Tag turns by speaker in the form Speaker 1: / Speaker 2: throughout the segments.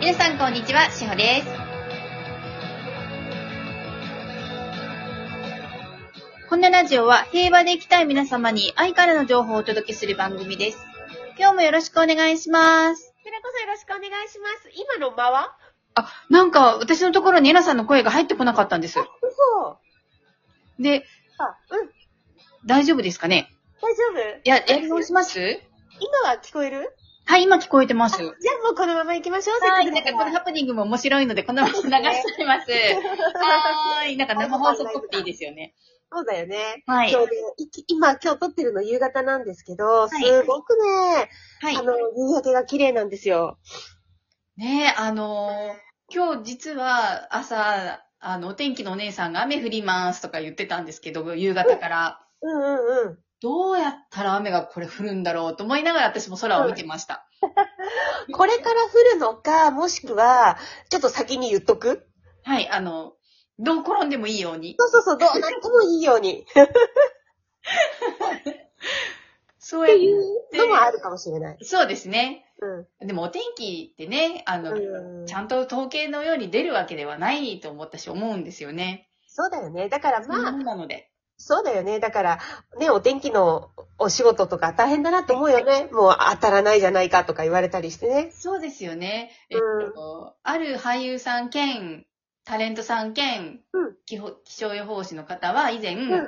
Speaker 1: 皆さんこんにちは、しほです。こんなラジオは平和で生きたい皆様に愛からの情報をお届けする番組です。今日もよろしくお願いします。
Speaker 2: 寺子さんよろしくお願いします。今の間は
Speaker 1: なんか私のところにエナさんの声が入ってこなかったんです。
Speaker 2: 嘘。
Speaker 1: で、
Speaker 2: あ、うん。
Speaker 1: 大丈夫ですかね
Speaker 2: 大丈夫
Speaker 1: や、やり直します
Speaker 2: 今は聞こえる
Speaker 1: はい、今聞こえてます。は
Speaker 2: じゃあもうこのまま行きましょう。
Speaker 1: い、なんかこのハプニングも面白いので、このまま流しちゃいます。 はーい、なんか生放送撮っていいですよね。
Speaker 2: そうだよね。
Speaker 1: は
Speaker 2: 今日ね、いき今今日撮ってるの夕方なんですけど、
Speaker 1: い
Speaker 2: すごくね、
Speaker 1: はい
Speaker 2: あ。の、夕焼けが綺麗なんですよ。
Speaker 1: ねえ、あのー今日実は朝、あの、お天気のお姉さんが雨降りますとか言ってたんですけど、夕方から。
Speaker 2: うんうんうん。
Speaker 1: どうやったら雨がこれ降るんだろうと思いながら私も空を見てました。
Speaker 2: これから降るのか、もしくは、ちょっと先に言っとく
Speaker 1: はい、あの、どう転んでもいいように。
Speaker 2: そうそうそう、どうなってもいいように。っ
Speaker 1: そうや
Speaker 2: て
Speaker 1: っ
Speaker 2: いうのもあるかもしれない。
Speaker 1: そうですね。
Speaker 2: うん。
Speaker 1: でもお天気ってね、あの、
Speaker 2: うん
Speaker 1: ちゃんと統計のように出るわけではないと思ったし思うんですよね。
Speaker 2: そうだよね。だからまあ、
Speaker 1: そういうものなので。
Speaker 2: そうだよね。だから、ね、お天気のお仕事とか大変だなと思うよね。もう当たらないじゃないかとか言われたりしてね。
Speaker 1: そうですよね。えっ
Speaker 2: うん
Speaker 1: と、ある俳優さん兼、タレントさん兼、
Speaker 2: うん
Speaker 1: 気ほ気象予報士の方は以前、
Speaker 2: んうん。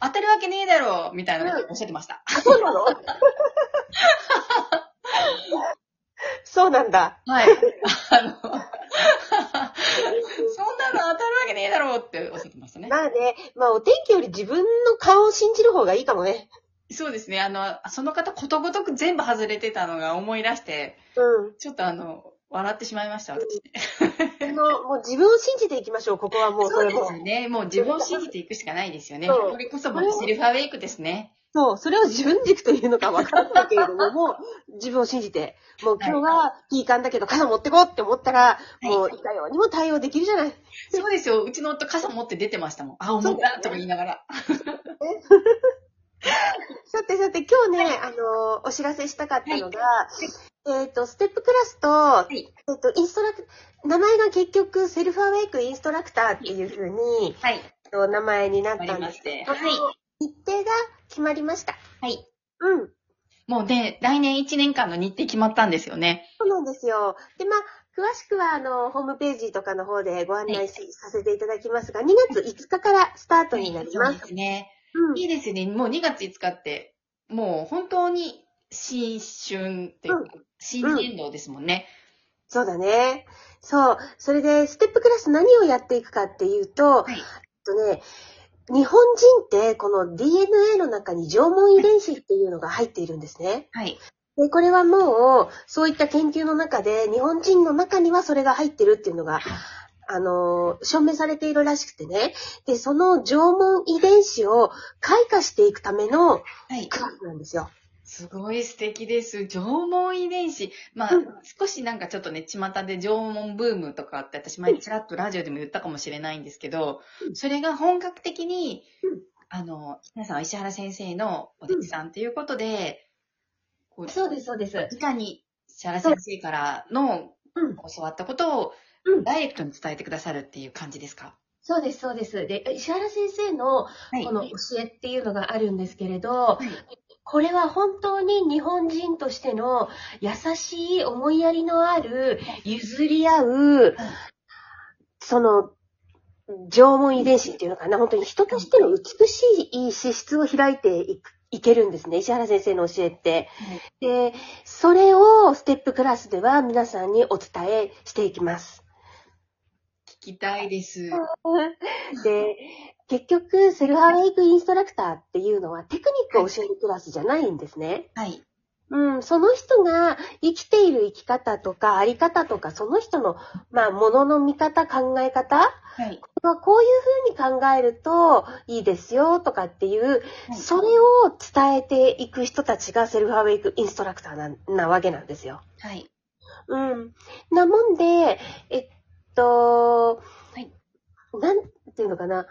Speaker 1: 当たるわけねえだろうみたいなことをおっしゃってました。
Speaker 2: あ、そうなの そうなんだ。
Speaker 1: はい。あの、そんなの当たるわけねえだろうっておっしゃってましたね。
Speaker 2: まあね、まあお天気より自分の顔を信じる方がいいかもね。
Speaker 1: そうですね。あの、その方ことごとく全部外れてたのが思い出して、
Speaker 2: うん。
Speaker 1: ちょっとあの、笑ってしまいました、私。
Speaker 2: あの、もう自分を信じていきましょう。ここはもうそ
Speaker 1: そう
Speaker 2: れ
Speaker 1: で
Speaker 2: も。
Speaker 1: すね。もう自分を信じていくしかないですよね。
Speaker 2: そう
Speaker 1: これこそ僕セルフアウェイクですね。
Speaker 2: そう、それを自分軸というのか分からないけれども、 もう自分を信じて、もう今日はピーカンだけど傘持ってこうって思ったら、
Speaker 1: い
Speaker 2: もういかようにも対応できるじゃない。
Speaker 1: そうですよ。うちの夫傘持って出てましたもん。あ、重たとか言いながら。
Speaker 2: さてさて、今日ね、あのーお知らせしたかったのが、えっ、と、ステップクラスと、
Speaker 1: い
Speaker 2: えっ、と、インストラク、名前が結局、セルフアウェイクインストラクターっていうふうに、
Speaker 1: はい。
Speaker 2: えっと名前になっ
Speaker 1: あ
Speaker 2: た
Speaker 1: り
Speaker 2: ん
Speaker 1: ま
Speaker 2: です
Speaker 1: し。て。
Speaker 2: あ
Speaker 1: は
Speaker 2: の
Speaker 1: い。
Speaker 2: 日程が決まりました。
Speaker 1: はい。
Speaker 2: うん。
Speaker 1: もうね、来年1年間の日程決まったんですよね。
Speaker 2: そうなんですよ。で、まあ、詳しくは、あの、ホームページとかの方でご案内しさせていただきますが、2月5日からスタートになり
Speaker 1: そう
Speaker 2: ま。
Speaker 1: ですすね。
Speaker 2: うん。
Speaker 1: いいですね。もう2月5日って、もう本当に新春っていうか、新年度ですもんね。
Speaker 2: そうだね。そう。それで、ステップクラス何をやっていくかっていうと、
Speaker 1: はい
Speaker 2: えっとね、日本人ってこの DNA の中に縄文遺伝子っていうのが入っているんですね。
Speaker 1: はい。
Speaker 2: で、これはもう、そういった研究の中で、日本人の中にはそれが入ってるっていうのが、あのー証明されているらしくてね。で、その縄文遺伝子を開花していくための
Speaker 1: はい。
Speaker 2: クラスなんですよ。
Speaker 1: すごい素敵です。縄文遺伝子。まあ、
Speaker 2: うん
Speaker 1: 少しなんかちょっとね、巷で縄文ブームとかって、私前ちらっとラジオでも言ったかもしれないんですけど、
Speaker 2: うん
Speaker 1: それが本格的に
Speaker 2: うん、
Speaker 1: あの、皆さんは石原先生のお弟子さんということで、こう
Speaker 2: す、そうです。
Speaker 1: 直に石原先生からの
Speaker 2: うん
Speaker 1: 教わったことを
Speaker 2: うん
Speaker 1: ダイレクトに伝えてくださるっていう感じですか、
Speaker 2: そうです、そうです。で、石原先生の
Speaker 1: はい。
Speaker 2: この教えっていうのがあるんですけれど
Speaker 1: い、
Speaker 2: これは本当に日本人としての優しい思いやりのある譲り合う、その、縄文遺伝子っていうのかな、本当に人としての美しい資質を開いていく。いけるんですね。石原先生の教えって。で、それをステップクラスでは皆さんにお伝えしていきます。
Speaker 1: 聞きたいです。
Speaker 2: で、結局、セルハレイクインストラクターっていうのはテクニックを教えるクラスじゃないんですね。
Speaker 1: はい。
Speaker 2: うん、その人が生きている生き方とか、あり方とか、その人の、まあ、ものの見方、考え方、
Speaker 1: はい。
Speaker 2: まあこういうふうに考えるといいですよとかっていう、
Speaker 1: はい
Speaker 2: それを伝えていく人たちがセルフアウェイクインストラクターななわけなんですよ。
Speaker 1: はい。
Speaker 2: うん。なもんで、えっと、
Speaker 1: はい
Speaker 2: なんていうのかな。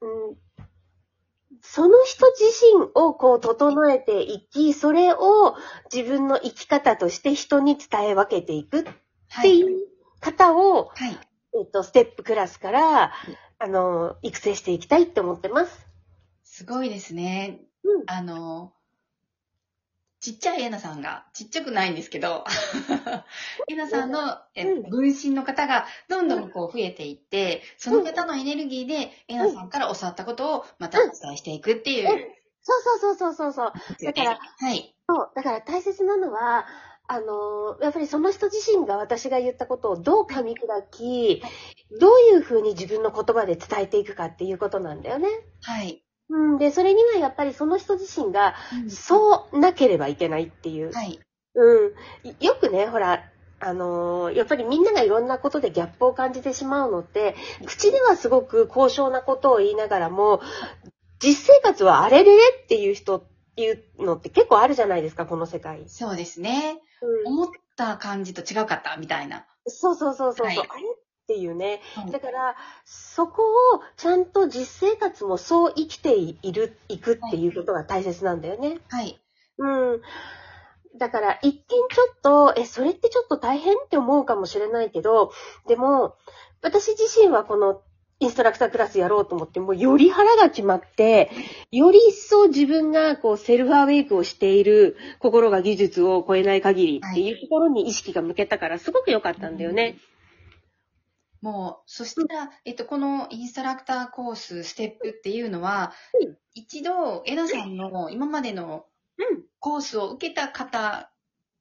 Speaker 2: うん、その人自身をこう整えていき、それを自分の生き方として人に伝え分けていくっ
Speaker 1: は
Speaker 2: てい
Speaker 1: い。
Speaker 2: う方を、
Speaker 1: はい。
Speaker 2: えっと、ステップクラスから、あの、育成していきたいって思ってます。
Speaker 1: すごいですね。
Speaker 2: うん
Speaker 1: あの、ちっちゃいえなさんが、ちっちゃくないんですけど、 えなさんのえ
Speaker 2: うん
Speaker 1: 分身の方がどんどんこう増えていって、その方のエネルギーでえなさんから教わったことをまたお伝えしていくっていう
Speaker 2: うん。そうそうそうそうそうそう。だから
Speaker 1: はい。
Speaker 2: そう、だから大切なのは、あのーやっぱりその人自身が私が言ったことをどう噛み砕き、どういうふうに自分の言葉で伝えていくかっていうことなんだよね。
Speaker 1: はい。
Speaker 2: うん、で、それにはやっぱりその人自身がそうなければいけないっていう。
Speaker 1: はい。
Speaker 2: うん。いよくね、ほら、あのーやっぱりみんながいろんなことでギャップを感じてしまうのって、口ではすごく高尚なことを言いながらも、実生活はあれれれっていう人、いうのって結構あるじゃないですか、この世界。
Speaker 1: そうですね。
Speaker 2: うん
Speaker 1: 思った感じと違うかったみたいな。
Speaker 2: そうそうそうそうそう、
Speaker 1: はい
Speaker 2: あれっていうね。
Speaker 1: はい
Speaker 2: だから、そこをちゃんと実生活もそう生きている、いくっていうことが大切なんだよね。
Speaker 1: はい。
Speaker 2: うん。だから、一見ちょっと、え、それってちょっと大変って思うかもしれないけど、でも、私自身はこの、インストラクタークラスやろうと思って、もうより腹が決まって、より一層自分がこうセルフアウェイクをしている心が技術を超えない限りっていうところに意識が向けたからすごく良かったんだよね。
Speaker 1: もう、そしたら、えっと、このインストラクターコース、ステップっていうのは
Speaker 2: うん、
Speaker 1: 一度、エナさんの今までの
Speaker 2: うん
Speaker 1: コースを受けた方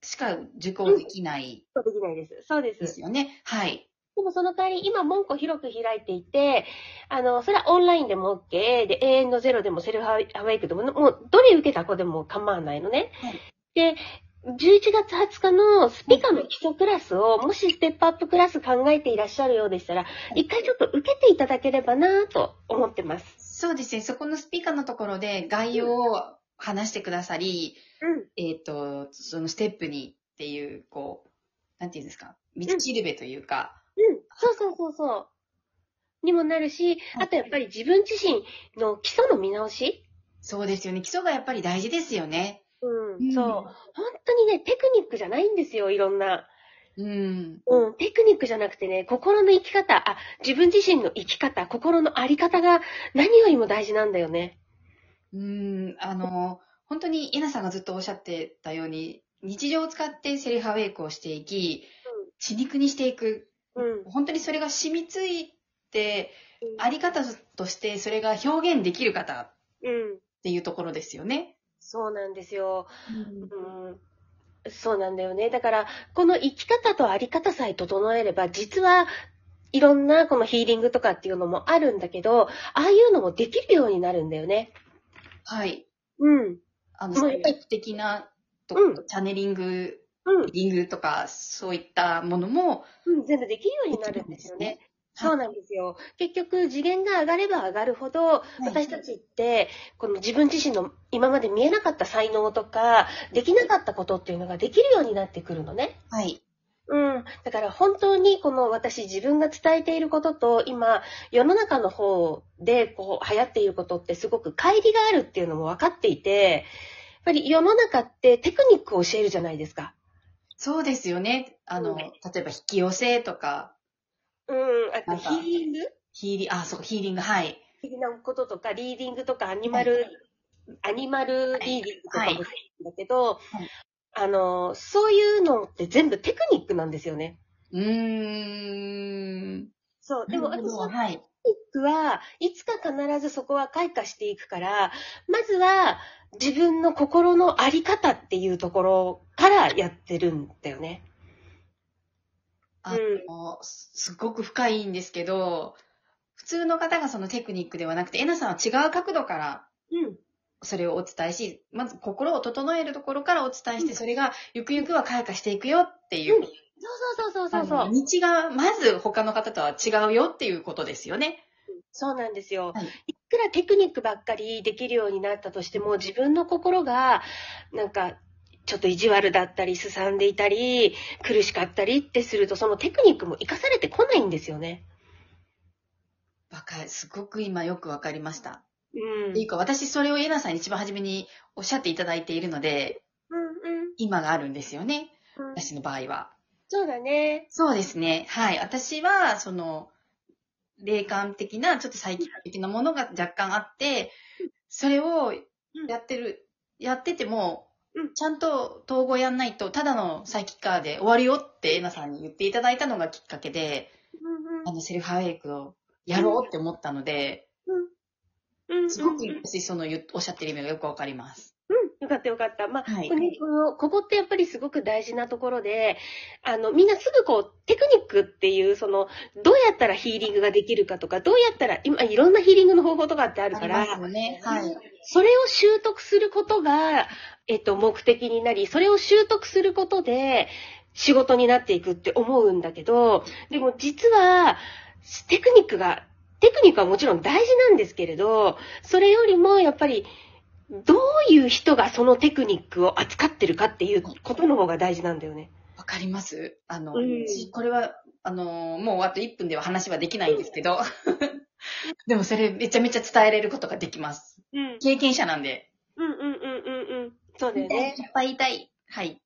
Speaker 1: しか受講できない
Speaker 2: そうできないです。そうで
Speaker 1: です
Speaker 2: す。
Speaker 1: よね。はい。
Speaker 2: でもその代わり、今、門戸広く開いていて、あの、それはオンラインでも OK、で、永遠のゼロでもセルフアウェイクでも、もう、どれ受けた子でも構わないのね。
Speaker 1: はい
Speaker 2: で、11月20日のスピカの基礎クラスを、もしステップアップクラス考えていらっしゃるようでしたら、一回ちょっと受けていただければなぁと思ってます。
Speaker 1: そうですね。そこのスピーカーのところで概要を話してくださり、
Speaker 2: うん。
Speaker 1: えっと、そのステップにっていう、こう、なんていうんですか、道しるべというか、
Speaker 2: うん。そうそうそうそう。にもなるし、あとやっぱり自分自身の基礎の見直し
Speaker 1: そうですよね。基礎がやっぱり大事ですよね。
Speaker 2: うん。そう。本当にね、テクニックじゃないんですよ、いろんな。
Speaker 1: うん。うん。
Speaker 2: うん、テクニックじゃなくてね、心の生き方、あ、自分自身の生き方、心のあり方が何よりも大事なんだよね。
Speaker 1: うーん、あの、本当に、エナさんがずっとおっしゃってたように、日常を使ってセルフアウェイクをしていき、血肉にしていく。
Speaker 2: うん。
Speaker 1: 本当にそれが染みついて、あ
Speaker 2: あり、
Speaker 1: り方としてそれが表現できる方っ
Speaker 2: うん。
Speaker 1: ていうところですよね。
Speaker 2: そうなんですよ。うん。そうなんだよね。だから、この生き方とあり方さえ整えれば、実はいろんなこのヒーリングとかっていうのもあるんだけど、ああいうのもできるようになるんだよね。
Speaker 1: はい。
Speaker 2: うん。
Speaker 1: あの、
Speaker 2: もう
Speaker 1: ステップ的なとこ
Speaker 2: う
Speaker 1: ろ、
Speaker 2: ん
Speaker 1: チャネリング、
Speaker 2: うん。
Speaker 1: リングとか、そういったものも、
Speaker 2: うん、全部できるようになるんですよね。そうなんですよ。結局、次元が上がれば上がるほど、
Speaker 1: い
Speaker 2: 私たちって、この自分自身の今まで見えなかった才能とか、できなかったことっていうのができるようになってくるのね。
Speaker 1: はい。
Speaker 2: うん。だから本当にこの私自分が伝えていることと、今、世の中の方でこう流行っていることってすごく乖離があるっていうのも分かっていて、やっぱり世の中ってテクニックを教えるじゃないですか。
Speaker 1: そうですよね。あの、
Speaker 2: うん
Speaker 1: 例えば引き寄せとか、
Speaker 2: うん。あ
Speaker 1: な
Speaker 2: と
Speaker 1: んか
Speaker 2: ヒーリング
Speaker 1: ヒーリング、あ、そう、ヒーリング、はい。
Speaker 2: 的なこととか、リーディングとか、アニマル、アニマルリーディングとかも
Speaker 1: はい
Speaker 2: そうなんだけど、
Speaker 1: い
Speaker 2: あの、そういうのって全部テクニックなんですよね。
Speaker 1: うーん。
Speaker 2: そう。でも
Speaker 1: なる
Speaker 2: 私
Speaker 1: ほど
Speaker 2: のテクニッ
Speaker 1: はい。
Speaker 2: クはいつか必ずそこは開花していくから、まずは自分の心のあり方っていうところからやってるんだよね。
Speaker 1: あの、すすごく深いんですけど、普通の方がそのテクニックではなくて、えなさんは違う角度から
Speaker 2: うん。
Speaker 1: それをお伝えし、まず心を整えるところからお伝えして、それがゆくゆくは開花していくよっていう
Speaker 2: う。そうそうそうそうそ
Speaker 1: あ
Speaker 2: う
Speaker 1: の。道が、まず他の方とは違うよっていうことですよね。
Speaker 2: そうなんですよ。
Speaker 1: はい
Speaker 2: い、くらテクニックばっかりできるようになったとしても、自分の心が、なんか、ちょっと意地悪だったり、すさんでいたり、苦しかったりってすると、そのテクニックも活かされてこないんですよね。
Speaker 1: わかる。すごく今よくわかりました。
Speaker 2: うん。うん
Speaker 1: ていうか、私それをエナさんに一番初めにおっしゃっていただいているので、
Speaker 2: うん。
Speaker 1: 今があるんですよね。
Speaker 2: うん
Speaker 1: 私の場合は。
Speaker 2: そうだね。
Speaker 1: そうですね。はい。私は、その、霊感的な、ちょっとサイキック的なものが若干あって、それをやってる、やってても
Speaker 2: うん、
Speaker 1: ちゃんと統合やんないと、ただのサイキッカーで終わるよって、エナさんに言っていただいたのがきっかけで、
Speaker 2: うん
Speaker 1: あの、セルフアウェイクをやろうって思ったので、
Speaker 2: うん。うん。
Speaker 1: すごく
Speaker 2: うん
Speaker 1: 私、その、言うおっしゃってる意味がよくわかります。
Speaker 2: よかったよかった。まあ、
Speaker 1: はい
Speaker 2: これねこのここってやっぱりすごく大事なところで、あの、みんなすぐこう、テクニックっていう、その、どうやったらヒーリングができるかとか、どうやったら、今いろんなヒーリングの方法とかってある
Speaker 1: あ
Speaker 2: か
Speaker 1: り
Speaker 2: ら、
Speaker 1: ますよね。はい。
Speaker 2: それを習得することが、えっと、目的になり、それを習得することで、仕事になっていくって思うんだけど、でも実は、テクニックが、テクニックはもちろん大事なんですけれど、それよりもやっぱり、どういう人がそのテクニックを扱ってるかっていうことの方が大事なんだよね。
Speaker 1: わかりますあの、
Speaker 2: うん
Speaker 1: しこれは、あの、もうあと1分では話はできないんですけど、 でもそれめちゃめちゃ伝えれることができます。
Speaker 2: うん。
Speaker 1: 経験者なんで。
Speaker 2: うんうんうんうんうん。そうだよ
Speaker 1: い
Speaker 2: ね。
Speaker 1: っぱい言いたい。はい。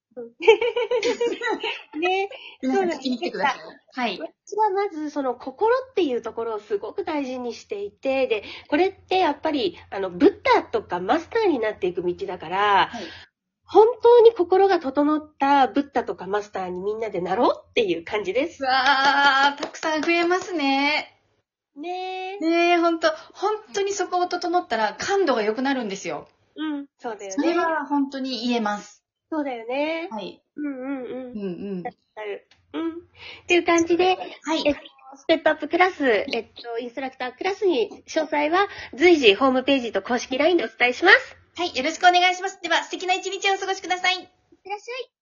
Speaker 2: ね。
Speaker 1: 皆さん
Speaker 2: そうなん
Speaker 1: 聞きに来てください。はい。
Speaker 2: 私はまずその心っていうところをすごく大事にしていて、で、これってやっぱりあのブッダとかマスターになっていく道だから、
Speaker 1: はい
Speaker 2: 本当に心が整ったブッダとかマスターにみんなでなろうっていう感じです。
Speaker 1: うわー、たくさん増えますね。
Speaker 2: ねえ。
Speaker 1: ねえ、ほんと、本当にそこを整ったら感度が良くなるんですよ。
Speaker 2: うん。そうだよ
Speaker 1: それ
Speaker 2: ね。
Speaker 1: は本当に言えます。
Speaker 2: そうだよね。
Speaker 1: はい。
Speaker 2: うんうん
Speaker 1: う
Speaker 2: うん
Speaker 1: ん。うん。
Speaker 2: あるうん。っていう感じで、
Speaker 1: は
Speaker 2: え
Speaker 1: い。
Speaker 2: ステップアップクラス、えっと、インストラクタークラスに詳細は随時ホームページと公式 LINE でお伝えします。
Speaker 1: はい。よろしくお願いします。では、素敵な一日をお過ごしください。
Speaker 2: いってらっしゃい。